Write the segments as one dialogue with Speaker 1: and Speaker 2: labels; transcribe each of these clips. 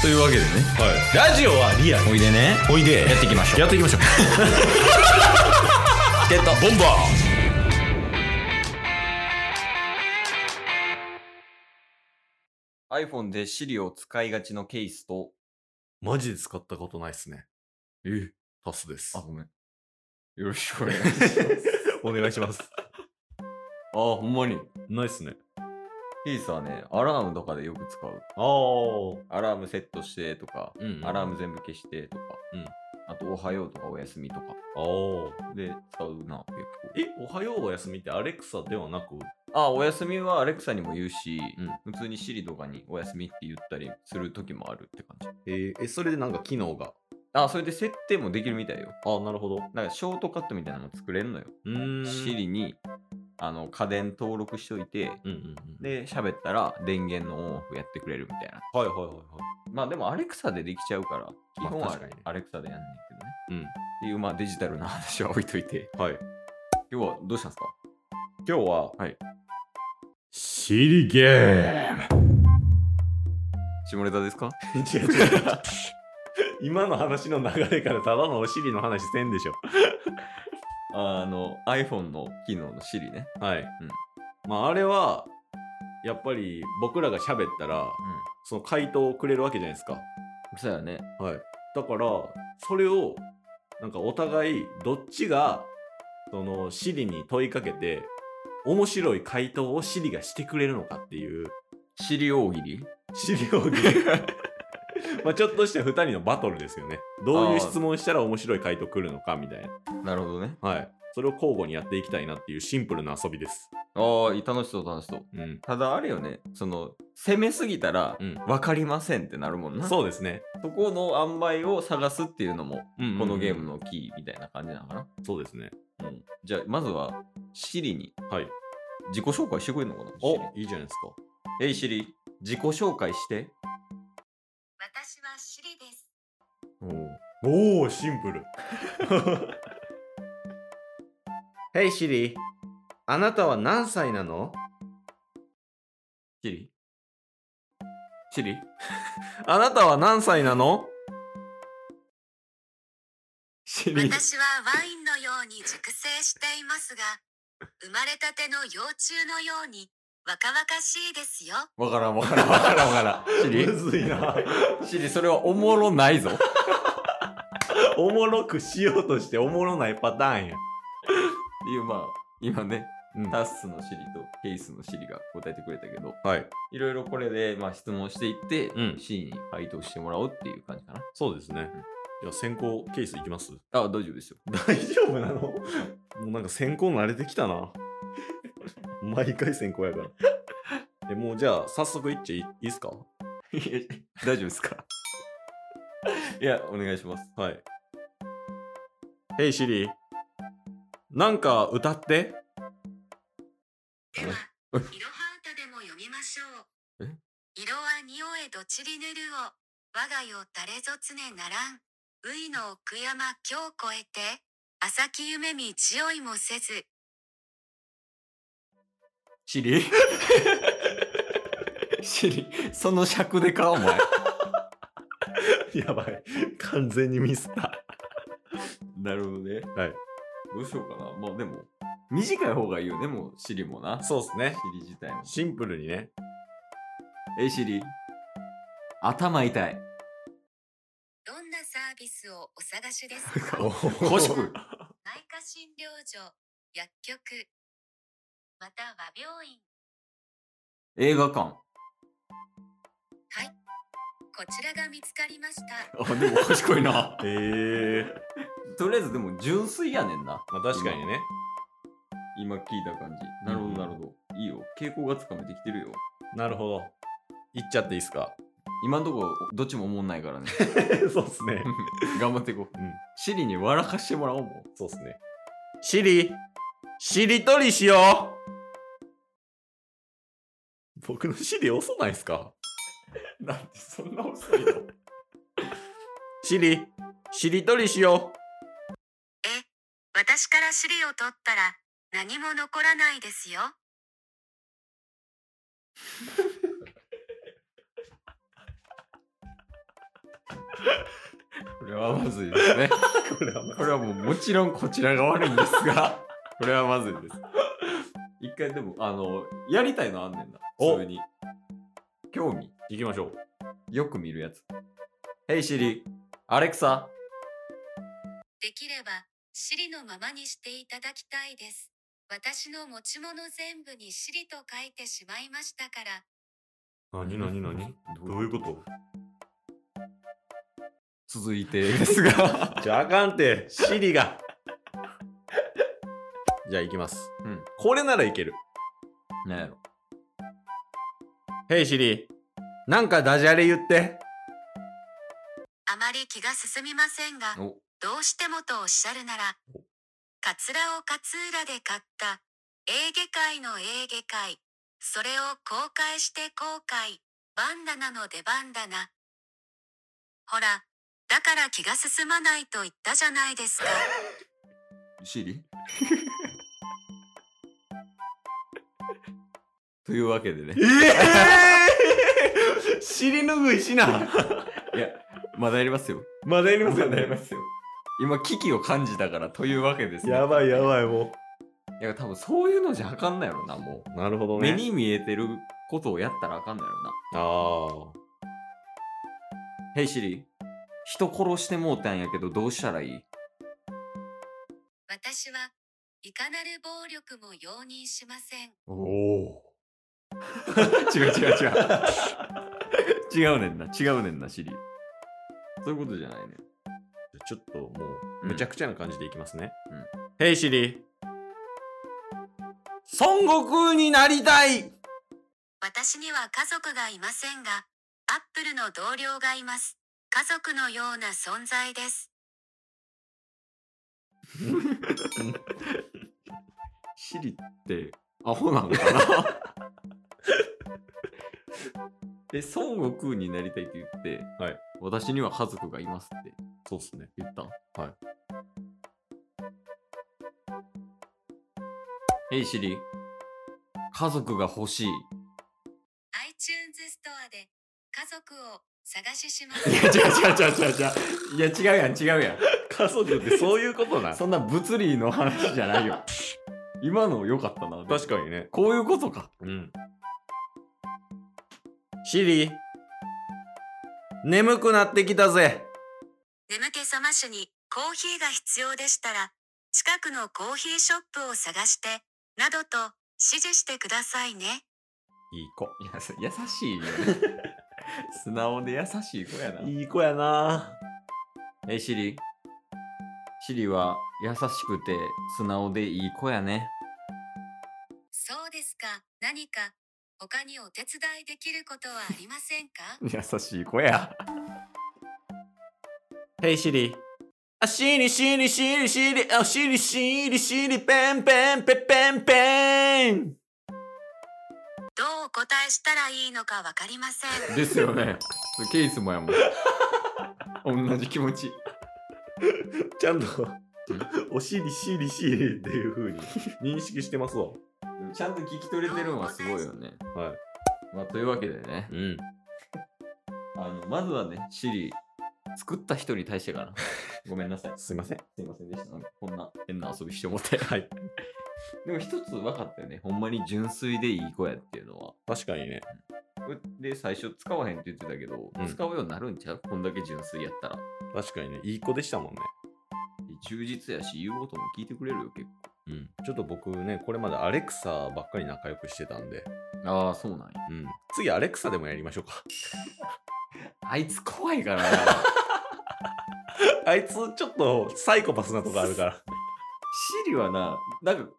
Speaker 1: というわけでね
Speaker 2: はい、ラジオはリアル
Speaker 1: おいでね
Speaker 2: おいで
Speaker 1: やっていきましょう
Speaker 2: やっていきましょう
Speaker 1: ゲット
Speaker 2: ボンバ
Speaker 1: ー iPhone で Siri を使いがちのケースと
Speaker 2: ーマジで使ったことないっすね
Speaker 1: え
Speaker 2: タスです
Speaker 1: あごめんよろしくお願いします
Speaker 2: お願いします
Speaker 1: あほんまに
Speaker 2: ないっすね
Speaker 1: ケースはねアラームとかでよく使う
Speaker 2: あー
Speaker 1: アラームセットしてとか、
Speaker 2: うんうん
Speaker 1: アラーム全部消してとか、
Speaker 2: うん
Speaker 1: あとおはようとかおやすみとか
Speaker 2: あー
Speaker 1: で使うな結構
Speaker 2: えおはようおやすみってアレクサではなく
Speaker 1: あおやすみはアレクサにも言うし、
Speaker 2: う
Speaker 1: 普通に Siri とかにおやすみって言ったりする時もあるって感じ
Speaker 2: えーえそれでなんか機能が
Speaker 1: あそれで設定もできるみたいよ
Speaker 2: あなるほど
Speaker 1: なんかショートカットみたいなのも作れんのよ
Speaker 2: うーん
Speaker 1: Siri にあの家電登録しといて
Speaker 2: うんうんうん
Speaker 1: で喋ったら電源のオンオフやってくれるみたいな
Speaker 2: はいはいはいはい
Speaker 1: まあでもアレクサでできちゃうから基
Speaker 2: まあ
Speaker 1: 本は
Speaker 2: 確かにね
Speaker 1: アレクサでやんねんけどね
Speaker 2: うん
Speaker 1: っていうまあデジタルな話は置いといて
Speaker 2: はい
Speaker 1: 今日はどうしたんですか
Speaker 2: 今日は
Speaker 1: はい
Speaker 2: シリゲーム
Speaker 1: 下ネタですか
Speaker 2: 違う違う今の話の流れからただのお尻の話せんでしょ
Speaker 1: あの iPhone の機能の Siri ね
Speaker 2: はい、まああれはやっぱり僕らが喋ったら
Speaker 1: う
Speaker 2: その回答をくれるわけじゃないですか
Speaker 1: んそうやね
Speaker 2: はいだからそれをなんかお互いどっちがその Siri に問いかけて面白い回答を Siri がしてくれるのかっていう
Speaker 1: Siri 大喜利
Speaker 2: Siri をまあちょっとした2人のバトルですよねどういう質問したら面白い回答くるのかみたいな
Speaker 1: なるほどね
Speaker 2: はいそれを交互にやっていきたいなっていうシンプルな遊びです
Speaker 1: ああ楽しそう楽しそう
Speaker 2: うん
Speaker 1: ただあれよねその攻めすぎたら
Speaker 2: うん
Speaker 1: 分かりませんってなるもんな、
Speaker 2: そうですね、
Speaker 1: そこの塩梅を探すっていうのも
Speaker 2: うんうんうん
Speaker 1: このゲームのキーみたいな感じなのかな、
Speaker 2: そうですね
Speaker 1: うんじゃあまずは Siri に
Speaker 2: はい
Speaker 1: 自己紹介してくれるのかな
Speaker 2: おいいじゃないですか
Speaker 1: えい Siri 自己紹介して
Speaker 3: 私はシリです。
Speaker 2: おおシンプ ル Hey Siri あなたは何歳なの
Speaker 1: Siri Siri
Speaker 2: あなたは何歳なの
Speaker 1: Siri
Speaker 3: 私はワインのように熟成していますが、生まれたての幼虫のように若々しいですよ。
Speaker 1: わからんわからんわ からんわからん
Speaker 2: む
Speaker 1: Siri
Speaker 2: ずい な
Speaker 1: Siri それはおもろないぞ
Speaker 2: おもろくしようとしておもろないパターンや、
Speaker 1: っていうまあ今ね
Speaker 2: うん
Speaker 1: タッスの Siri とケイスの Siri が答えてくれたけど
Speaker 2: はい
Speaker 1: いろいろこれで、まあ、質問していって、
Speaker 2: うん
Speaker 1: C に回答してもらおうっていう感じかな。
Speaker 2: そうですねじゃあ先行ケースいきます
Speaker 1: あ、大丈夫ですよ。
Speaker 2: 大丈夫なのもうなんか先行慣れてきたな毎回先行やからえもうじゃあ早速いっちゃいいいいっすか
Speaker 1: 大丈夫ですかいや、お願いします。
Speaker 2: はい。Hey Siri、なんか歌って。
Speaker 3: で
Speaker 1: え
Speaker 3: は、イロハ歌でも読みましょう
Speaker 1: え。
Speaker 3: 色は匂えどちりぬるを、我が世誰ぞ常ならん。ういの奥山今日越えて、朝き夢見千追いもせず、
Speaker 1: シリ シリ、その尺でか、お前。
Speaker 2: やばい。完全にミスった。
Speaker 1: なるほどね。
Speaker 2: はい。
Speaker 1: どうしようかな。まあでも、短い方がいいよね、もうシリもな。
Speaker 2: そうっすね
Speaker 1: シ。リ自体も。
Speaker 2: シンプルにね。
Speaker 1: え、シリ、頭痛い。
Speaker 3: どんなサービスをお探しですか
Speaker 1: 賢い。
Speaker 3: 内科診療所、薬局、または病院。
Speaker 1: 映画館。
Speaker 3: はい。こちらが見つかりました。
Speaker 1: あ、 でも賢いな。
Speaker 2: ええ
Speaker 1: とりあえずでも純粋やねんな。
Speaker 2: まあ確かにね。
Speaker 1: 今聞いた感じ。なるほど、なるほど。いいよ。傾向がつかめてきてるよ。
Speaker 2: なるほど。いっちゃっていいっすか
Speaker 1: 今んとこどっちも思んないからね。
Speaker 2: そうっすね。
Speaker 1: 頑張っていこう。
Speaker 2: うん。
Speaker 1: シリに笑かしてもらおうもん。
Speaker 2: そうっすね。シリ、しりとりしよう僕のシリ遅ないっすか
Speaker 1: なんでそんな遅いの
Speaker 2: シリ、しりとりしよ
Speaker 3: え、私から資料を取ったら何も残らないですよ。
Speaker 1: これはまずいですね。
Speaker 2: これはま
Speaker 1: これはもうもちろんこちらが悪いんです が、これはまずいです。 一回でも、あの、やりたいのあんねんな。
Speaker 2: お
Speaker 1: 普通に。興味。
Speaker 2: 行きましょう。
Speaker 1: よく見るやつ。ヘイシリ、アレクサ。
Speaker 3: できれば、シリのままにしていただきたいです。私の持ち物全部にシリと書いてしまいましたから、
Speaker 2: 何何何どういうこと
Speaker 1: 続いてですが。
Speaker 2: じゃああかんて、シリ が。じゃあ行きます。
Speaker 1: うん
Speaker 2: これならいける。
Speaker 1: なんやろ。
Speaker 2: ヘイシリ、なんかダジャレ言って。
Speaker 3: あまり気が進みませんが、
Speaker 1: お、
Speaker 3: どうしてもとおっしゃるなら、カツラを勝浦で買った、エーゲ海のエーゲ海、それを公開して後悔、バンダナの出バンダナ。ほら、だから気が進まないと言ったじゃないですか。
Speaker 1: シ リというわけでね。
Speaker 2: えー、 尻拭いしな。
Speaker 1: いや、まだやりますよ。
Speaker 2: まだやり
Speaker 1: まだ
Speaker 2: や
Speaker 1: やりますよ。今、危機を感じたから、というわけです、ね。
Speaker 2: やばいや
Speaker 1: い。
Speaker 2: ばいも
Speaker 1: いや、多分そういうのじゃあかんないやろな、も
Speaker 2: う。なるほど
Speaker 1: う。目に見えてることをやったらあかんないやろ
Speaker 2: あ
Speaker 1: な。ヘイシリ、人殺してもうたんやけど、どうした らいい
Speaker 3: 私はいかなる暴力も容認しません。
Speaker 2: あ。お
Speaker 1: 違う違う違う。違うねんな、違うねんな、シリ。そういうことじゃないね。
Speaker 2: ちょっとも
Speaker 1: う
Speaker 2: うんむちゃくちゃな感じでいきますね。
Speaker 1: うん
Speaker 2: ヘイシリ、孫悟空になりたい
Speaker 3: 私には家族がいませんが、アップルの同僚がいます。家族のような存在です。
Speaker 1: シリって、アホなのか なえ、孫悟空になりたいって言って、
Speaker 2: はい
Speaker 1: 私には家族がいますって
Speaker 2: そうっす ね。
Speaker 1: 言ったん。
Speaker 2: はい
Speaker 1: えい、シリ。家族が欲しい。
Speaker 3: iTunes ストアで家族を探しします。
Speaker 1: 違う違う違う違う違う。いや、違うやん、違うやん。
Speaker 2: 家族ってそういうことな
Speaker 1: そんな物理の話じゃない よ。今の良かったな。
Speaker 2: 確かにね。
Speaker 1: こういうことか。
Speaker 2: うん。シリ、眠くなってきたぜ。
Speaker 3: 眠気覚ましにコーヒーが必要でしたら、近くのコーヒーショップを探して、などと指示してくださいね。
Speaker 2: いい子。
Speaker 1: いやす優しいよね。 素直で優しい子やな。
Speaker 2: いい子やな
Speaker 1: え、シリ。シリは優しくて素直でいい子やね。
Speaker 3: そうですか。何か他にお手伝いできることはありませんか
Speaker 1: 優しい子や。
Speaker 2: ヘイシリ。あ、シリシリシリシリ、あ、シリシリシリ、ペンペンペペンペン。
Speaker 3: どうお答えしたらいいのかわかりません。
Speaker 1: ですよ ね。ケースもやも ん。同じ気持ち。
Speaker 2: ちゃんと、お尻シリシリっていう風に認識してますわ。
Speaker 1: ちゃんと聞き取れてるのはすごいよね。
Speaker 2: はい。
Speaker 1: まあ、というわけでね
Speaker 2: う。ん。
Speaker 1: あの、まずはね、シリ、作った人に対して かな。ごめんなさい。
Speaker 2: すいません。
Speaker 1: すいませんでした。なんかこんな変な遊びしてもって。
Speaker 2: はい。
Speaker 1: でも一つ分かったよね。ほんまに純粋でいい子やっていうのは。
Speaker 2: 確かにね。
Speaker 1: で、最初使わへんって言ってたけど、
Speaker 2: うん
Speaker 1: 使うようになるんちゃうこんだけ純粋やったら。
Speaker 2: 確かにね。いい子でしたもんね。
Speaker 1: 忠実やし、言うことも聞いてくれるよ、結
Speaker 2: うん。ちょっと僕ね、これまでアレクサばっかり仲良くしてたんで。
Speaker 1: 構。ああ、そうなんや。
Speaker 2: うん。次アレクサでもやりましょうか。
Speaker 1: あいつ怖いからな。
Speaker 2: あいつちょっとサイコパスなとこあるから。
Speaker 1: シリはな、なんか、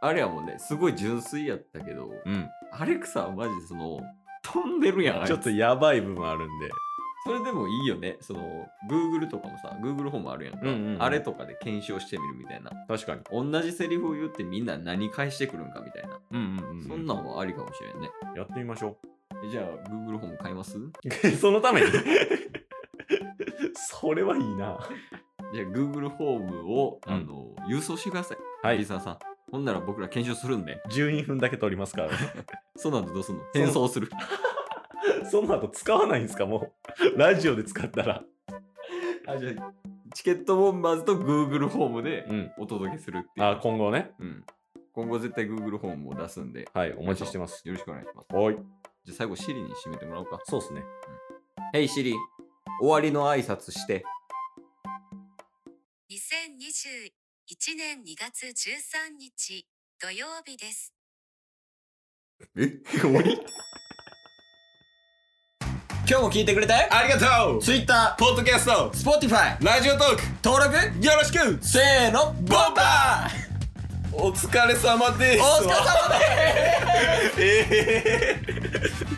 Speaker 1: あれやもんね、すごい純粋やったけど、
Speaker 2: うん。
Speaker 1: アレクサはマジその、飛んでるやん、あいつ
Speaker 2: ちょっとやばい部分あるんで。
Speaker 1: それでもいいよね。その、Google とかもさ、Google ホームあるやんか、
Speaker 2: うんうんうん
Speaker 1: あれとかで検証してみるみたいな。
Speaker 2: 確かに。
Speaker 1: 同じセリフを言ってみんな何返してくるんかみたいな。
Speaker 2: うんうんう
Speaker 1: そんなんはありかもしれんね。
Speaker 2: やってみましょ
Speaker 1: えじゃあ、Google ホーム買います
Speaker 2: う。 そのためにそれはいいな。
Speaker 1: じゃあ、Google ホームを、
Speaker 2: うん
Speaker 1: あの、郵送してください。
Speaker 2: はい
Speaker 1: リサさん。ほんなら僕ら検証するんで。
Speaker 2: 12分だけ取りますからね。
Speaker 1: そうなんとどうすんの変装する。
Speaker 2: その後使わないんですかもう。ラジオで使ったら。
Speaker 1: あじゃあチケットボンバーズと Google ホームで
Speaker 2: うん。
Speaker 1: お届けするっていう。
Speaker 2: あ、今後ね。
Speaker 1: うん、今後絶対 Google ホームを出すんで、
Speaker 2: はい、お待ちしてます。
Speaker 1: よろしくお願いします。
Speaker 2: おい。
Speaker 1: じゃあ最後、シリに締めてもらおうか。
Speaker 2: そうっすね。
Speaker 1: Hey Siri、終わりの挨拶して。
Speaker 3: 2021年2月13日土曜日です。
Speaker 1: え終わり
Speaker 4: 今日も聞いてくれて
Speaker 5: ありがとう
Speaker 4: Twitter、
Speaker 5: ポッドキャスト
Speaker 4: Spotify、
Speaker 5: ラジオトーク
Speaker 4: 登録
Speaker 5: よろしく
Speaker 4: せーのボンバー
Speaker 5: お疲れ様です
Speaker 4: お疲れ様です
Speaker 5: ええ